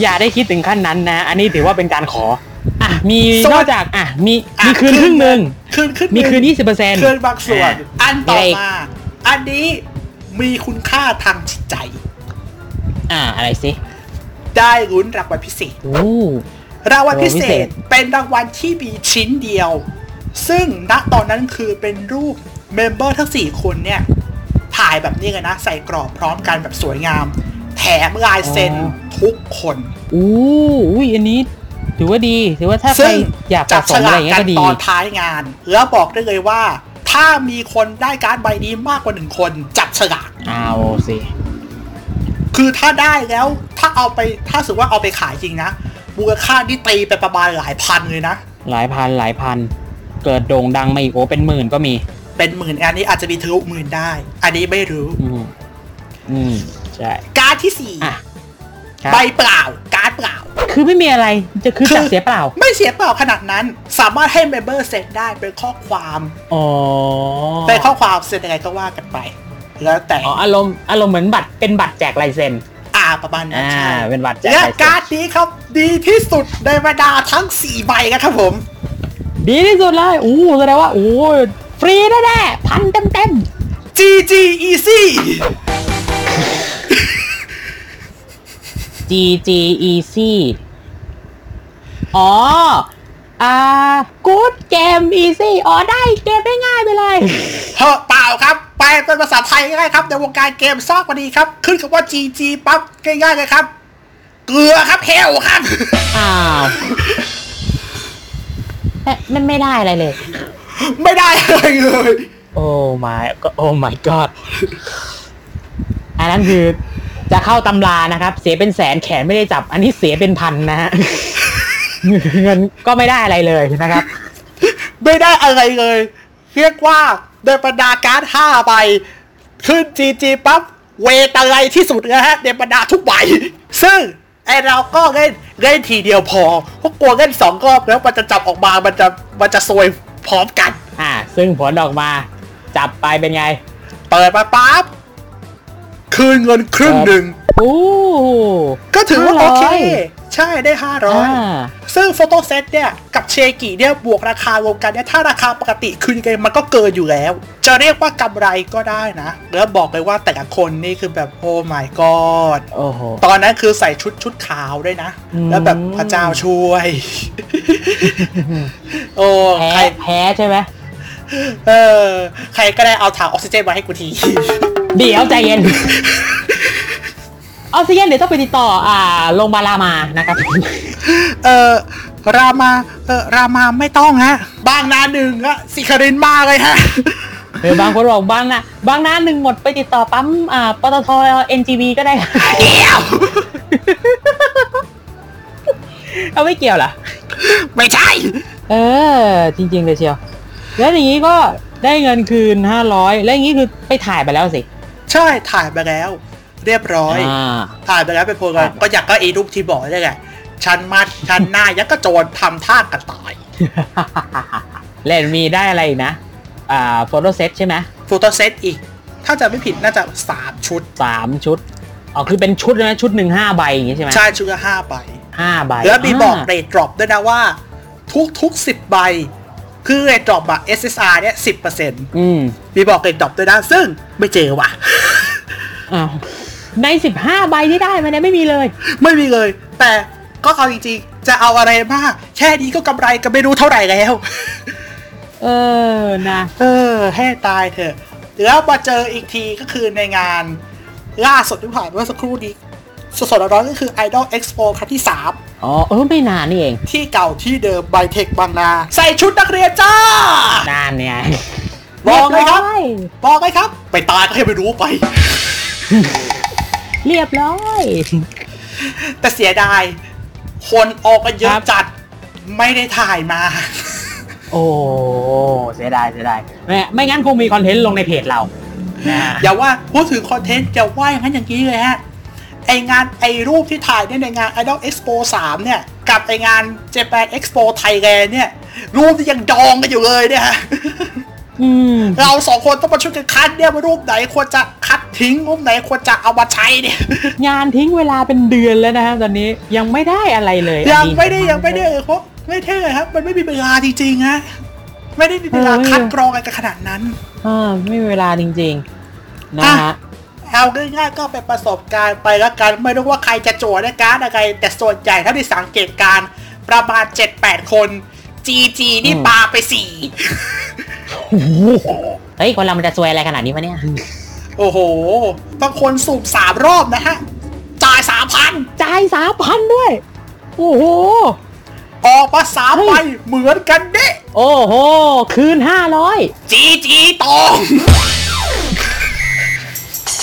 [SPEAKER 4] อย่าได้คิดถึงขั้นนั้นนะ อันนี้ถือว่าเป็นการขอ อ่ะ มี
[SPEAKER 3] ส
[SPEAKER 4] นอ
[SPEAKER 3] วัส
[SPEAKER 4] ก
[SPEAKER 3] ดี
[SPEAKER 4] จากอ่ะมี
[SPEAKER 3] อ่ะ
[SPEAKER 4] มีคืนครึ่งหนึ่ง
[SPEAKER 3] คืนครึ่งห
[SPEAKER 4] มี
[SPEAKER 3] ง
[SPEAKER 4] คืนยี่สิบเปอร์เซ็นต์
[SPEAKER 3] คืนบางส่วน
[SPEAKER 4] อ่ะ
[SPEAKER 3] อันต่อ
[SPEAKER 4] มีอะไรอีก
[SPEAKER 3] มา อันนี้มีคุณค่าทางจิตใจ
[SPEAKER 4] อ่าอะไรสิ
[SPEAKER 3] ได้ลุ้นรางวัลพิเศษ
[SPEAKER 4] โอ้
[SPEAKER 3] รางวัลพิเศ
[SPEAKER 4] รางวัลพิเศ
[SPEAKER 3] ษ
[SPEAKER 4] ษ
[SPEAKER 3] เป็นรางวัลที่มีชิ้นเดียว ซึ่งณตอนนั้นคือเป็นรูปเมมเบอร์ทั้ง 4 คนเนี่ย ถ่ายแบบนี้กันนะ ใส่กรอบพร้อมกันแบบสวยงาม แถมลายเซ็นทุกคน
[SPEAKER 4] อู้อุ้ยอันนี้ ถือว่าดี ถือว่าถ้าใคร
[SPEAKER 3] ซึ่ง
[SPEAKER 4] อยาก
[SPEAKER 3] จั
[SPEAKER 4] สะ
[SPEAKER 3] บ
[SPEAKER 4] ส
[SPEAKER 3] ฉ
[SPEAKER 4] มอะ
[SPEAKER 3] ลา
[SPEAKER 4] ไร
[SPEAKER 3] ก
[SPEAKER 4] เงี้
[SPEAKER 3] กั
[SPEAKER 4] ย
[SPEAKER 3] น
[SPEAKER 4] ก็ดี
[SPEAKER 3] ตอนท้ายงาน แล้วบอกได้เลยว่า ถ้ามีคนได้การ์ดใบนี้มากกว่าหนึ่งคน จับฉลาก
[SPEAKER 4] เอาสิ
[SPEAKER 3] คือถ้าได้แล้ว ถ้าเอาไปถ้าสมมติว่าเอาไปขายจริงนะมูลค่าที่ตีไปประมาณหลายพันเลยนะ
[SPEAKER 4] หลายพันหลายพัน เกิดโด่งดังมาอีกโอ้เป็นหมื่นก็มี
[SPEAKER 3] เป็นหมื่นอันนี้อาจจะมีทะลุหมื่นได้ อันนี้ไม่รู้
[SPEAKER 4] อืมอืมใช่
[SPEAKER 3] การ์ดที่สี่
[SPEAKER 4] อ่ะครับ
[SPEAKER 3] ใบเปล่า การ์ดเปล่า
[SPEAKER 4] คือไม่มีอะไรจะคือ
[SPEAKER 3] คือ
[SPEAKER 4] จับเสียเปล่า
[SPEAKER 3] ไม่เสียเปล่าขนาดนั้น สามารถให้เมมเบอร์เซ็นได้เป็นข้อความ
[SPEAKER 4] อ๋อ
[SPEAKER 3] เป็นข้อความเซ็นอะไรก็ว่ากันไป แล้วแต่
[SPEAKER 4] อ๋ออารมณ์อารมณ์เหมือนบัตรเป็นบัตรแจกลายเซ็น
[SPEAKER 3] อ่าประมาณนั้น
[SPEAKER 4] อ่า
[SPEAKER 3] ใช่
[SPEAKER 4] เป็นบัตรแจก
[SPEAKER 3] และ
[SPEAKER 4] ลายเซ็
[SPEAKER 3] กา
[SPEAKER 4] น
[SPEAKER 3] ร์ดนี้ครับ ดีที่สุดในบรรดาทั้ง 4 ใบนะครับผม
[SPEAKER 4] ดีที่สุดเลยอู้แสดงว่าโอ้ยฟรีแน่แน่ๆพันเต็มเต็ม
[SPEAKER 3] GG Easy
[SPEAKER 4] G G E C อ๋อ อ่า good game easy อ๋อได้เกมได้ง่ายไปเลย
[SPEAKER 3] เฮ้อเปล่าครับ แปลเป็นภาษาไทยง่ายๆครับ ในวงการเกมซอกวันนี้ครับ ขึ้นคำว่า GG ปั๊บง่ายๆเลยครับ เกลือครับเฮลครับ
[SPEAKER 4] อ้าวแต่มัน ไม่ได้อะไรเลย
[SPEAKER 3] ไม่ได้อะไรเลย
[SPEAKER 4] โอ้ my ก็โอ้ my god อันนั้นคือจะเข้าตำรานะครับ เสียเป็นแสนแขนไม่ได้จับ อันนี้เสียเป็นพันนะฮ ะ เงินก็ไม่ได้อะไรเลยนะครับ
[SPEAKER 3] ไม่ได้อะไรเลย เรียกว่าในบรรดาการ์ดห้าใบ ขึ้น GG ปั๊บ เวทอะไรที่สุดนะฮะในบรรดาทุกใบ ซึ่งไอเราก็เล่นเล่นทีเดียวพอเพราะกลัวเล่นสองรอบแล้วมันจะจับออกมา มันจะมันจะซวยพร้อมกัน
[SPEAKER 4] อ่า ซึ่งผลออกมา จับไปเป็นไง
[SPEAKER 3] เปิดมาปั๊บ คืนเงินครึ่งหนึ่ง
[SPEAKER 4] โอ้
[SPEAKER 3] ก็ถือว่าโอเค
[SPEAKER 4] 500
[SPEAKER 3] ใช่ได้
[SPEAKER 4] อ่า
[SPEAKER 3] 500 ซึ่งโฟโต้เซตเนี่ย กับเชกิเนี่ย บวกราคารวมกันเนี่ย ถ้าราคาปกติคืนเกมมันก็เกินอยู่แล้ว จะเรียกว่ากำไรก็ได้นะ แล้วบอกเลยว่าแต่ละคนนี่คือแบบโอ้ my god
[SPEAKER 4] โอ้โห
[SPEAKER 3] ตอนนั้นคือใส่ชุดชุดขาวด้วยนะ
[SPEAKER 4] อืม
[SPEAKER 3] แล้วแบบพระเจ้าช่วย โอ้
[SPEAKER 4] แพ้
[SPEAKER 3] ใคร
[SPEAKER 4] แพ้ใช่ไหม
[SPEAKER 3] เออ ใครก็ได้เอาถังออกซิเจนมาให้กูที
[SPEAKER 4] เดี๋ยวใจเย็น ออกซิเจนเดี๋ยวต้องไปติดต่อ อ่าโรงพยาบาลรามานะครับ
[SPEAKER 3] เออรามาเออรามาไม่ต้องฮะ บางนาหนึ่งอะสิคารินมาเลยฮะ
[SPEAKER 4] หรือบางคนบอกบางนะบางหน้าหนึ่งหมดไปติดต่อปั๊มอ่าปตทเอ็นจีบีก็ได้ ค่ะ
[SPEAKER 3] เดียว
[SPEAKER 4] เอาไม่เกี่ยวเหรอ
[SPEAKER 3] ไม่ใช่
[SPEAKER 4] เออ จริง ๆ เลยเชียว แล้วอย่างนี้ก็ได้เงินคืน 500 แล้วอย่างนี้คือไปถ่ายไปแล้วสิ
[SPEAKER 3] ใช่ถ่ายไปแล้ว เรียบร้อย
[SPEAKER 4] อ่า
[SPEAKER 3] ถ่ายไปแล้วเป็นโพลกันก็อยากก็ไอีรูปที่บอกนี่แหละชันมาชันหน้ายักษ์กระโจนทำท่ากระต่าย
[SPEAKER 4] เล่นมีได้อะไรอีกนะ อ่าโฟโต้เซตใช่ไหม
[SPEAKER 3] โฟโต้เซตอีก ถ้าจะไม่ผิดน่าจะ 3 ชุด
[SPEAKER 4] สามชุดอ๋อคือเป็นชุดนะชุดหนึ่งห้าใบอย่างงี้ใช่ไหม
[SPEAKER 3] ใช่ชุดละห้าใบ
[SPEAKER 4] ห้าใบ
[SPEAKER 3] แล้วมีบอก
[SPEAKER 4] า
[SPEAKER 3] เรทดรอปด้วยนะว่า ทุกทุกสิบใบ คือเรทดรอปอะ SSR เนี่ยสิบเปอร์เซ็นต์
[SPEAKER 4] อืม
[SPEAKER 3] มีบอกเรทดรอปด้วยนะ ซึ่งไม่เจอว่ะ
[SPEAKER 4] อ้าวในสิบห้าใบที่ได้มาเนี่ยไม่มีเลย
[SPEAKER 3] ไม่มีเลย แต่ก็เอาจริงๆ จะเอาอะไรมาก แค่นี้ก็กำไรก็ไม่รู้เท่าไหร่แล้ว
[SPEAKER 4] เออนะ
[SPEAKER 3] เออให้ตายเถอะ แล้วมาเจออีกทีก็คือในงานล่าสุดที่ผ่านมาเมื่อสักครู่นี้ สดๆร้อนๆก็คือ Idol Expo ครั้งที่
[SPEAKER 4] อ๋อเออไม่นานนี่เอง
[SPEAKER 3] 3 ที่เก่าที่เดิมไบเทคบางนา ใส่ชุดนักเรียนจ้า
[SPEAKER 4] นานเนี่ย
[SPEAKER 3] บอกเลยครับ บอกเลยครับ ไปตายก็ให้ไปรู้ไป
[SPEAKER 4] เรียบร้อย
[SPEAKER 3] แต่เสียดาย คนออกกันเยอะ
[SPEAKER 4] ครับ
[SPEAKER 3] จัดไม่ได้ถ่ายมา
[SPEAKER 4] โอ้เสียดายเสียดายแม่ไม่งั้นคงมีคอนเทนต์ลงในเพจเรานะฮะ
[SPEAKER 3] อย่าว่าพูดถึงคอนเทนต์จะว่าอย่างนั้นอย่างนี้เลยฮะ ไองานไอรูปที่ถ่ายเนี่ยในงาน Idol Expo 3 เนี่ย กับไองาน Japan Expo Thailand เนี่ย รูปที่ยังดองกันอยู่เลยเนี่ยฮะ
[SPEAKER 4] อืม
[SPEAKER 3] เราสองคนต้องมาช่วยกันคัดเนี่ยว่ารูปไหนควรจะคัดทิ้งรูปไหนควรจะเอามาใช้เนี่ย
[SPEAKER 4] งานทิ้งเวลาเป็นเดือนแล้วนะฮะตอนนี้ยังไม่ได้อะไรเลย
[SPEAKER 3] ยัง
[SPEAKER 4] อันนี้
[SPEAKER 3] ไม่ได้ยังไม่ได้เลยเพราะไม่เท่เลยครับ มันไม่มีเวลาจริงๆฮะไม่ได้มีเวลา
[SPEAKER 4] เออ
[SPEAKER 3] คัดกรองอะไรกันขนาดนั้น
[SPEAKER 4] อ่าไม่มีเวลาจริงๆนะฮะ
[SPEAKER 3] อ่ะ เอาง่ายๆก็เป็นประสบการณ์ไปแล้วกัน ไม่รู้ว่าใครจะโจทย์ได้การดอะไรแต่ส่วนใหญ่เท่าที่สังเกตการณ์ประมาณ 7-8 คน GG นี่
[SPEAKER 4] อืม
[SPEAKER 3] ปาไปสี่
[SPEAKER 4] เฮ้ย คนเรามันจะซวยอะไรขนาดนี้วะเนี่ย
[SPEAKER 3] โอ้โหบางคนสูบสามรอบนะฮะจ่ายสามพัน
[SPEAKER 4] จ่ายสามพันด้วย โอ้โห
[SPEAKER 3] ออกมาสาม
[SPEAKER 4] เฮ้ย
[SPEAKER 3] ใบเหมือนกันเด้
[SPEAKER 4] โอ้โห คืนห้าร้อย
[SPEAKER 3] GG ตอง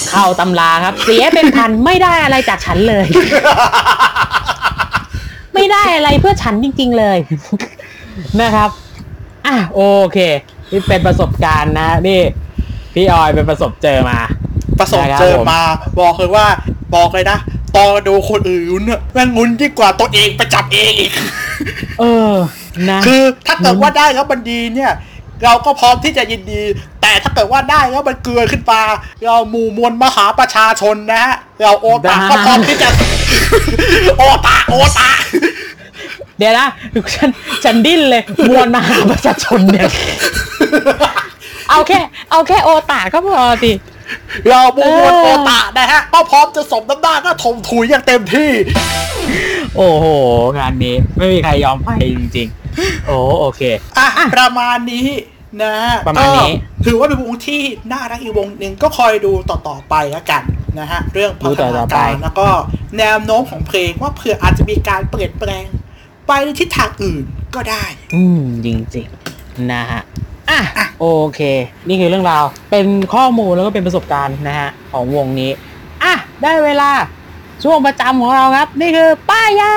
[SPEAKER 4] เข้าตำราครับ เสียเป็นพัน ไม่ได้อะไรจากฉันเลย ไม่ได้อะไรเพื่อฉันจริง ๆเลย นะครับ อ่ะโอเค นี่เป็นประสบการณ์นะนี่ พี่ออยเป็นประสบเจอมา
[SPEAKER 3] ประสบเจอมาบอกเลยว่าบอกเลยนะตอนดูคนอื่นเนี่ยแม่งงุนยิ่งกว่าตัวเองไปจับเองอีก
[SPEAKER 4] เออ นะ
[SPEAKER 3] คือถ้าเกิดว่าได้แล้วมันดีเนี่ย เราก็พร้อมที่จะยินดี แต่ถ้าเกิดว่าได้แล้วมันเกลือขึ้นมาเราหมู่มวลมหาประชาชนนะฮะเราโอตา
[SPEAKER 4] ได้
[SPEAKER 3] ก็พร้อม ที่จะ โอตาโอตา
[SPEAKER 4] เดี๋ยวนะฉันฉันดิ้น เลยมวลมหาประชาชนเนี่ย เอาแค่ เอาแค่โอตาก็พอสิ
[SPEAKER 3] เราหมู่มวล
[SPEAKER 4] เออ
[SPEAKER 3] โอตานะฮะก็พร้อมจะสมน้ำหน้าก็ถมถุยอย่างเต็มที่
[SPEAKER 4] โอ้โห งานนี้ไม่มีใครยอมใครจริงๆ โอ้โอเค
[SPEAKER 3] อ่ะประมาณนี้นะ
[SPEAKER 4] ประมาณนี้
[SPEAKER 3] ก็ถือว่าเป็นวงที่น่ารักอีกวงหนึ่งก็คอยดูต่อๆไปแล้วกันนะฮะ เรื่องพัฒนาการแล้วก็แนวโน้มของเพลงว่าเผื่ออาจจะมีการเปลี่ยนแปลง ไปในทิศทางอื่นก็ได้
[SPEAKER 4] อืมจริงๆ นะฮะ อ่ะ โอเค นี่คือเรื่องราว เป็นข้อมูลแล้วก็เป็นประสบการณ์นะฮะ ของวงนี้ อ่ะ ได้เวลา ช่วงประจำของเราครับ นี่คือป้ายยา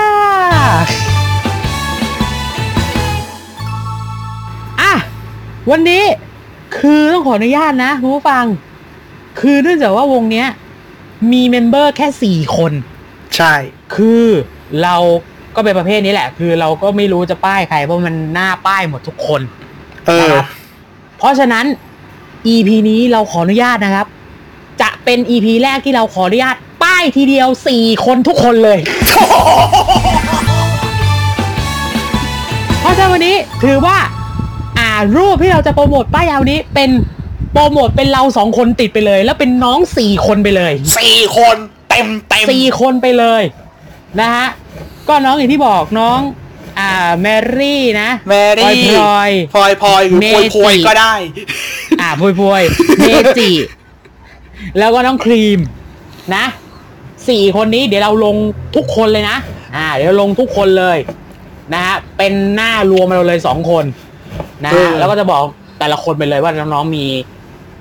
[SPEAKER 4] อ่ะ วันนี้คือต้องขออนุญาตนะคุณผู้ฟัง คือเนื่องจากว่าวงเนี้ย มีเมมเบอร์แค่สี่คน
[SPEAKER 3] ใช่
[SPEAKER 4] คือเราก็เป็นประเภทนี้แหละ คือเราก็ไม่รู้จะป้ายใครเพราะมันหน้าป้ายหมดทุกคน
[SPEAKER 3] เอ
[SPEAKER 4] นะ
[SPEAKER 3] อ
[SPEAKER 4] ครับเพราะฉะนั้น EP นี้เราขออนุญาตนะครับ จะเป็น EP แรกที่เราขออนุญาตป้ายทีเดียว 4 คนทุกคนเลย เพราะฉะนั้นวันนี้ถือว่า อ่ารูปที่เราจะโปรโมทป้ายยาวนี้เป็นโปรโมทเป็นเราสองคนติดไปเลย แล้วเป็นน้องสี่คนไปเลย
[SPEAKER 3] สี่คนเต็มเต็ม
[SPEAKER 4] สี่คนไปเลยนะฮะ ก็น้องอย่างที่บอกน้อง อ่าแมรี่นะ
[SPEAKER 3] แมรี่
[SPEAKER 4] พลอย
[SPEAKER 3] พลอยพลอยหรือ
[SPEAKER 4] เม
[SPEAKER 3] พลอย
[SPEAKER 4] จิ
[SPEAKER 3] พลอยก็ได้
[SPEAKER 4] พลอยอ่าพลอยพลอยเมจิ แล้วก็น้องครีมนะสี่คนนี้เดี๋ยวเราลงทุกคนเลยนะ อ่า เดี๋ยวลงทุกคนเลย นะฮะเป็นหน้ารวมเราเลยสองคน นะ
[SPEAKER 3] เอ
[SPEAKER 4] ฮะ
[SPEAKER 3] อ
[SPEAKER 4] แล้วก็จะบอกแต่ละคนไปเลยว่าน้องๆมี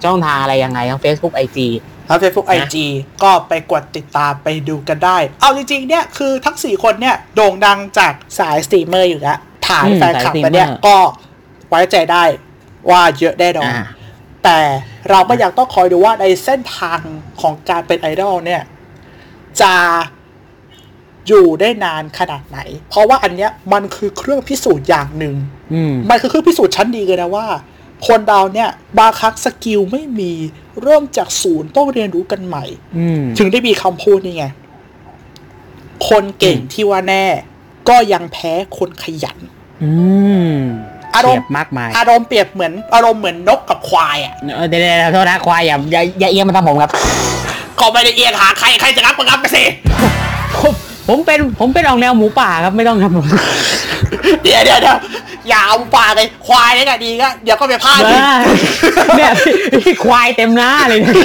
[SPEAKER 4] ช่องทางอะไรยังไงทั้ง Facebook IG
[SPEAKER 3] ทั้ง Facebook
[SPEAKER 4] นะ
[SPEAKER 3] IG ก็ไปกดติดตามไปดูกันได้ เอาจริงๆ เนี่ย คือทั้ง 4 คนเนี่ย โด่งดังจากสายสตรีมเมอร์อยู่แล้วฐาน
[SPEAKER 4] อืม
[SPEAKER 3] แฟนคลั
[SPEAKER 4] สาย
[SPEAKER 3] บ
[SPEAKER 4] สตรีมเมอร์
[SPEAKER 3] มาเนี่ย ก็ไว้ใจได้ว่าเยอะแน่นอน
[SPEAKER 4] อ่า
[SPEAKER 3] แต่เราก็ยังต้องคอยดูว่าในเส้นทางของการเป็นไอดอลเนี่ย จะอยู่ได้นานขนาดไหน เพราะว่าอันเนี้ยมันคือเครื่องพิสูจน์อย่างหนึ่ง
[SPEAKER 4] อืม
[SPEAKER 3] มันคือเครื่องพิสูจน์ชั้นดีเลยนะว่า คนเราเนี่ยบางครั้งสกิลไม่มีเริ่มจากศูนย์ต้องเรียนรู้กันใหม่
[SPEAKER 4] อืม
[SPEAKER 3] ถึงได้มีคำพูดนี่ไง คนเก่ง
[SPEAKER 4] อืม
[SPEAKER 3] ที่ว่าแน่ ก็ยังแพ้คนขยัน
[SPEAKER 4] อืม
[SPEAKER 3] อารมณ์
[SPEAKER 4] เฉียบมากมาย
[SPEAKER 3] อารมณ์เปรียบเหมือน อารมณ์เหมือนนกกับควายอ่ะ
[SPEAKER 4] เอ่อเดี๋ยวเดี๋ยวเดี๋ยวโทษนะควายอย่าอย่าอย่าเอียงมาทางผมครับ
[SPEAKER 3] ก็ไม่ได้เอียงหาใครใครจะรับก็รับไปสิ
[SPEAKER 4] ผ มผมเป็นผมเป็นออกแนวหมูป่าครับไม่ ต้องครับผม
[SPEAKER 3] เดี๋ยวเดี๋ยวเดี๋ยวอย่าเอาปากเลยควายเนี่ยนะดีก็เดี๋ยวก็ไปพลาดอีก
[SPEAKER 4] บ้าเนี่ยพี่ควายเต็มหน้าเลยเนี่ย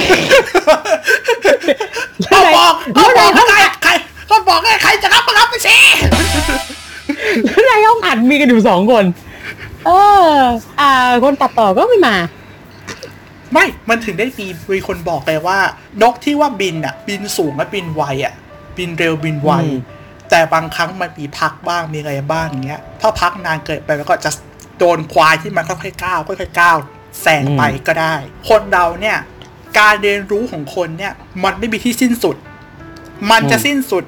[SPEAKER 3] ก็บอกก็บอกให้ใครใครก็บอกให้ใครจะรับก็รับไปสิ
[SPEAKER 4] แล้วในห้องอัดมีกันอยู่สองคน เออ อ่า คนตัดต่อก็ไม่มา
[SPEAKER 3] ไม่ มันถึงได้มีมีคนบอกไงว่านกที่ว่าบินอ่ะ บินสูงและบินไวอ่ะ บินเร็วบินไว
[SPEAKER 4] อืม
[SPEAKER 3] แต่บางครั้งมันมีพักบ้างมีอะไรบ้างอย่างเงี้ย ถ้าพักนานเกินไปมันก็จะโดนควายที่มันค่อยๆก้าวค่อยๆก้าวแซงไปก็ได้ คนเราเนี่ย การเรียนรู้ของคนเนี่ย มันไม่มีที่สิ้นสุด มันจะสิ้นสุด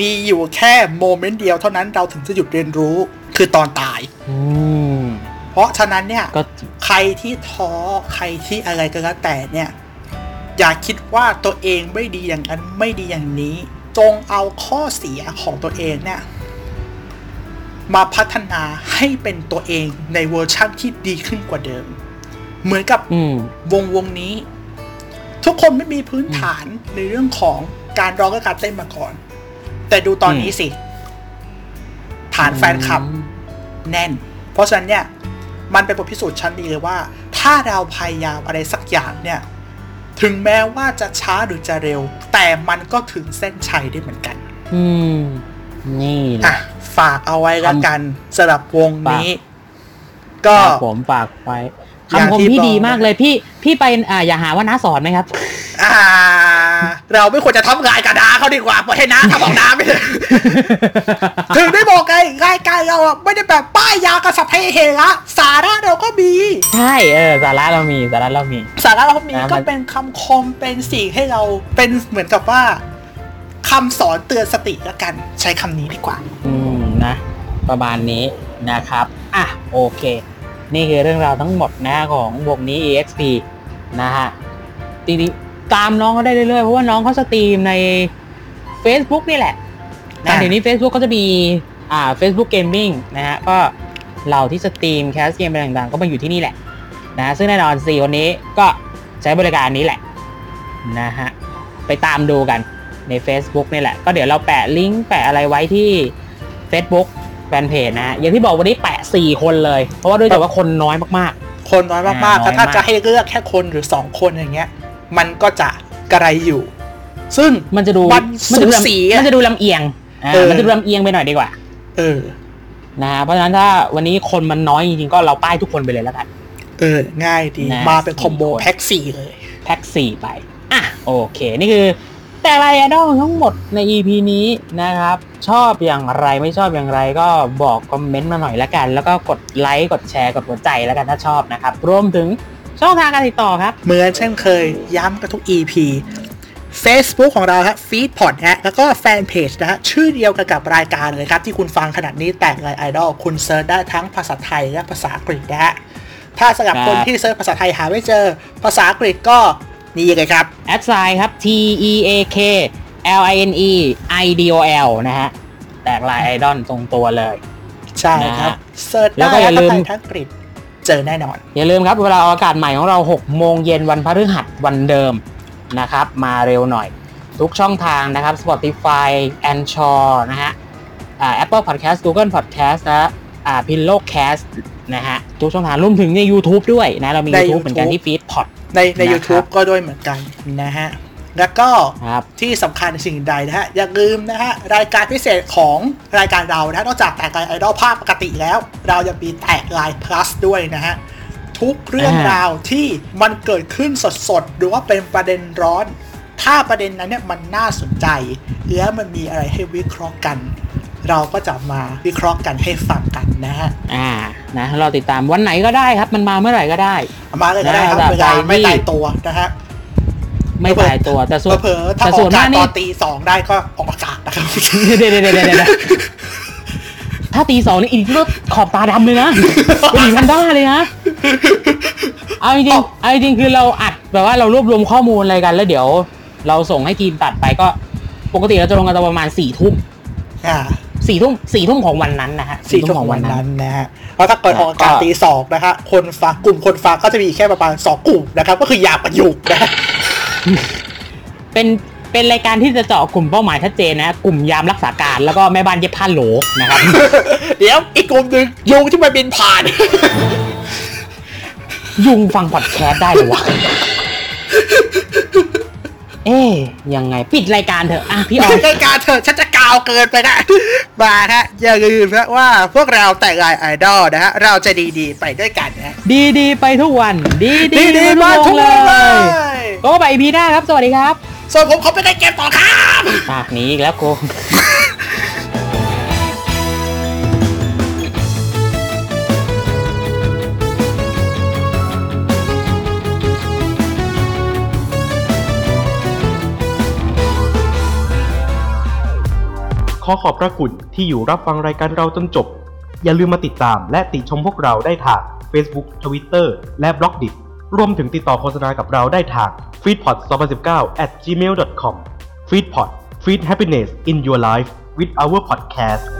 [SPEAKER 3] มีอยู่แค่โมเมนต์เดียวเท่านั้นเราถึงจะหยุดเรียนรู้ คือตอนตาย
[SPEAKER 4] อืม
[SPEAKER 3] เพราะฉะนั้นเนี่ย
[SPEAKER 4] ก็
[SPEAKER 3] ใครที่ท้อใครที่อะไรก็แล้วแต่เนี่ย อย่าคิดว่าตัวเองไม่ดีอย่างนั้นไม่ดีอย่างนี้ จงเอาข้อเสียของตัวเองเนี่ย มาพัฒนาให้เป็นตัวเองในเวอร์ชั่นที่ดีขึ้นกว่าเดิม เหมือนกับ
[SPEAKER 4] อืม
[SPEAKER 3] วงวงนี้ ทุกคนไม่มีพื้นฐานในเรื่องของการร้องและการเต้นมาก่อน แต่ดูตอนนี้สิ ฐานแฟนคลับ แน่น เพราะฉะนั้นเนี่ย มันเป็นบทพิสูจน์ชั้นดีเลยว่า ถ้าเราพยายามอะไรสักอย่างเนี่ย ถึงแม้ว่าจะช้าหรือจะเร็ว แต่มันก็ถึงเส้นชัยได้เหมือนกัน
[SPEAKER 4] อืม นี่แห
[SPEAKER 3] อ่ะ
[SPEAKER 4] ละ
[SPEAKER 3] ฝากเอาไว้ละกันสำหรับวงนี้ ก็
[SPEAKER 4] ครับผมฝากไป
[SPEAKER 3] อย่าง
[SPEAKER 4] คำคม
[SPEAKER 3] ที่
[SPEAKER 4] ที่
[SPEAKER 3] บอก
[SPEAKER 4] ดีมากเลยพี่พี่ไปอ่าอย่าหาว่าน้าสอนไหมครับ
[SPEAKER 3] อ่า เราไม่ควรจะทำงานกับน้าเขาดีกว่าเพราะให้น้าทำของน้าไป เลย ถึงได้บอกไงรายการเราอะไม่ได้แบบป้ายยากระสับให้เฮละสาระเราก็มี
[SPEAKER 4] ใช่เออสาระเรามีสาระเรามี
[SPEAKER 3] สาระเรามี
[SPEAKER 4] นะมัน
[SPEAKER 3] ก็เป็นคำคมเป็นสิ่งให้เราเป็นเหมือนกับว่าคำสอนเตือนสติละกัน ใช้คำนี้ดีกว่า
[SPEAKER 4] อืมนะ ประมาณนี้นะครับ อ่ะ โอเค นี่คือเรื่องราวทั้งหมดนะของวงนี้ EXP นะฮะจริงๆตามน้องเขาได้เรื่อยๆ เพราะว่าน้องเขาสตรีมใน Facebook นี่แหละนะ
[SPEAKER 3] อ่ะ
[SPEAKER 4] เดี๋ยวนี้ Facebook ก็จะมีอ่า Facebook Gaming นะฮะก็เหล่าที่สตรีมแคสเกมอะไรต่างๆ ก็มาอยู่ที่นี่แหละนะซึ่งแน่นอน4คนนี้ก็ใช้บริการนี้แหละนะฮะไปตามดูกันใน Facebook นี่แหละ ก็เดี๋ยวเราแปะลิงก์แปะอะไรไว้ที่ Facebook แฟนเพจนะฮะอย่างที่บอกวันนี้แปะ 4 คนเลย เพราะว่าด้วยแต่ว่าคนน้อยมาก
[SPEAKER 3] คนน้อยมาก
[SPEAKER 4] น้อย
[SPEAKER 3] ๆ
[SPEAKER 4] มาก
[SPEAKER 3] แต่ถ้าจะให้เลือกแค่คนหรือสองคนอย่างเงี้ย มันก็จะกระไรอยู่ ซึ่ง
[SPEAKER 4] ๆ มันจะดู
[SPEAKER 3] มัน
[SPEAKER 4] จะดู
[SPEAKER 3] สูสี
[SPEAKER 4] ลำ
[SPEAKER 3] อะ
[SPEAKER 4] มันจะดูลำเอียงอ่า
[SPEAKER 3] เออ
[SPEAKER 4] มันจะดูลำเอียงไปหน่อยดีกว่า
[SPEAKER 3] เออ
[SPEAKER 4] นะฮะเพราะฉะนั้นถ้าวันนี้คนมันน้อยจริงๆ ก็เราป้ายทุกคนไปเลยแล้วกัน
[SPEAKER 3] เออ ง่ายดี
[SPEAKER 4] นะ
[SPEAKER 3] มาเป็นคอมโบแพ็คสี่เลย
[SPEAKER 4] แพ็กสี่ไป อ่ะ โอเค นี่คือ แต่ไรไอดอลทั้งหมดใน EP นี้นะครับ ชอบอย่างไรไม่ชอบอย่างไรก็บอกคอมเมนต์มาหน่อยละกัน แล้วก็กดไลค์กดแชร์กดหัวใจแล้วกันถ้าชอบนะครับ รวมถึงช่องทางการติดต่อครับ
[SPEAKER 3] เหมือนเช่นเคยย้ำกันทุก EP Facebook ของเราฮะ Feedpod ฮะแล้วก็แฟนเพจนะฮะชื่อเดียวกันกับรายการเลยครับ ที่คุณฟังขนาดนี้แต่งไรไอดอลคุณเซิร์ชได้ทั้งภาษาไทยและภาษาอังกฤษนะฮะถ้าสำหรับ
[SPEAKER 4] ครับ
[SPEAKER 3] คนที่เซิร์ชภาษาไทยหาไม่เจอ ภาษาอังกฤษก็นี่เลยครับ
[SPEAKER 4] แอดไซน์ครับ T E A K L I N E I D O L นะฮะ แตกลายไอดอลตรงตัวเลย
[SPEAKER 3] ใช่ครับเซิร์ช
[SPEAKER 4] แล้วก็
[SPEAKER 3] ได้
[SPEAKER 4] อย่าลื
[SPEAKER 3] ทั้ง
[SPEAKER 4] ม
[SPEAKER 3] ไทยทั้งอังกฤษเจอแน่นอน
[SPEAKER 4] อย่าลืมครับเวลาออกอากาศใหม่ของเรา 6 โมงเย็นวันพฤหัสวันเดิมนะครับ มาเร็วหน่อย ทุกช่องทางนะครับ Spotify a n c h o r นะฮะอ่า Apple Podcast Google Podcast นะฮะอ่าพินโลกแคสนะฮะ ทุกช่องทางรวมถึงใน YouTube ด้วยนะ เรามี
[SPEAKER 3] ใน
[SPEAKER 4] YouTube เหมือนกัน
[SPEAKER 3] YouTube
[SPEAKER 4] ที่ฟีดพอด
[SPEAKER 3] ในใน
[SPEAKER 4] นะครับ
[SPEAKER 3] YouTube ก็ด้วยเหมือนกันนะฮะแล้วก็
[SPEAKER 4] ครับ
[SPEAKER 3] ที่สำคัญสิ่งใดนะฮะ อย่าลืมนะฮะ รายการพิเศษของรายการเรานะฮะนอกจากแตกลายไอดอลภาพปกติแล้ว เรายังมีแตกลาย plus ด้วยนะฮะ ทุกเรื่อง
[SPEAKER 4] อ่าร
[SPEAKER 3] ราวที่มันเกิดขึ้นสดๆ หรือว่าเป็นประเด็นร้อน ถ้าประเด็นนั้นเนี่ยมันน่าสนใจ แล้วมันมีอะไรให้วิเคราะห์กัน เราก็จะมาวิเคราะห์กันให้ฟังกันนะฮะ
[SPEAKER 4] อ่านะเราติดตามวันไหนก็ได้ครับ มันมาเมื่อไหร่ก็ได้
[SPEAKER 3] มาเลยก็ได้ครับ
[SPEAKER 4] น่าจะ
[SPEAKER 3] เวลาไม่
[SPEAKER 4] ไปที่
[SPEAKER 3] ตายตัวนะฮะ
[SPEAKER 4] ไม่ตายตัวแต่ส่วน
[SPEAKER 3] เผลอๆถ้า
[SPEAKER 4] แต่
[SPEAKER 3] ออ
[SPEAKER 4] ส่ว
[SPEAKER 3] ก
[SPEAKER 4] น
[SPEAKER 3] จา
[SPEAKER 4] าม
[SPEAKER 3] กาก
[SPEAKER 4] นี่
[SPEAKER 3] ตอนตีสองได้ก็ออกจาก นะครับ
[SPEAKER 4] เดี๋ยวเดี๋ยวเดี๋ยวเดี๋ยวถ้าตีสองนี่อีกก็ขอบตาดำเลยนะ เป็นอีกพันด้าเลยนะ เอาจริงๆเอาจริงๆคือเราอัดแบบว่าเรารวบรวมข้อมูลอะไรกัน แล้วเดี๋ยว เราส่งให้ทีมตัดไปก็ ปกติเราจะลงกันตอนประมาณสี่ทุ่ม
[SPEAKER 3] อ่า
[SPEAKER 4] สี่ทุ่มสี่ทุ่มของวันนั้นนะฮะ
[SPEAKER 3] สี่ทุ่มของวันนั้นนะฮะเพราะถ้าเกิดออกอากาศตีสองนะฮะคนฟังกลุ่มคนฟังก็จะมีแค่ประมาณสองกลุ่มนะครับ ก็คือยาประยุกต์นะฮะ
[SPEAKER 4] เป็นเป็นรายการที่จะเจาะกลุ่มเป้าหมายชัดเจนนะฮะกลุ่มยามรักษาการแล้วก็แม่บ้านเย็บผ้าโหลนะครับ
[SPEAKER 3] เดี๋ยวอีกกลุ่มหนึ่งยุงที่มันบินผ่าน
[SPEAKER 4] ยุงฟังพอดแคสต์ได้เหรอวะ เอ๊ยยังไงปิดรายการเถอะ อ่ะพี่ออม
[SPEAKER 3] รายการเธอฉันจะกาวเกินไปนะ มาฮะอย่าลืมนะว่าพวกเราแต่งลายไอดอลนะฮะเราจะดีๆ ไปด้วยกันนะ
[SPEAKER 4] ดีดีๆไปทุกวัน ดีดี
[SPEAKER 3] ดีๆมาทุกวันเลย
[SPEAKER 4] ก็ไปพีหน้าครับ สวัสดีครับ
[SPEAKER 3] ส่วนผมเขาไปได้เกมต่อครับ
[SPEAKER 4] ปากหนี้อีกแล้วโกง
[SPEAKER 1] ขอขอบพระคุณที่อยู่รับฟังรายการเราจนจบ อย่าลืมมาติดตามและติชมพวกเราได้ทาง Facebook Twitter และบล็อกดิรวมถึงติดต่อโฆษณากับเราได้ทาง f e e d p o t 2019 at gmail.com f e e d p o t f e e d happiness in your life with our podcast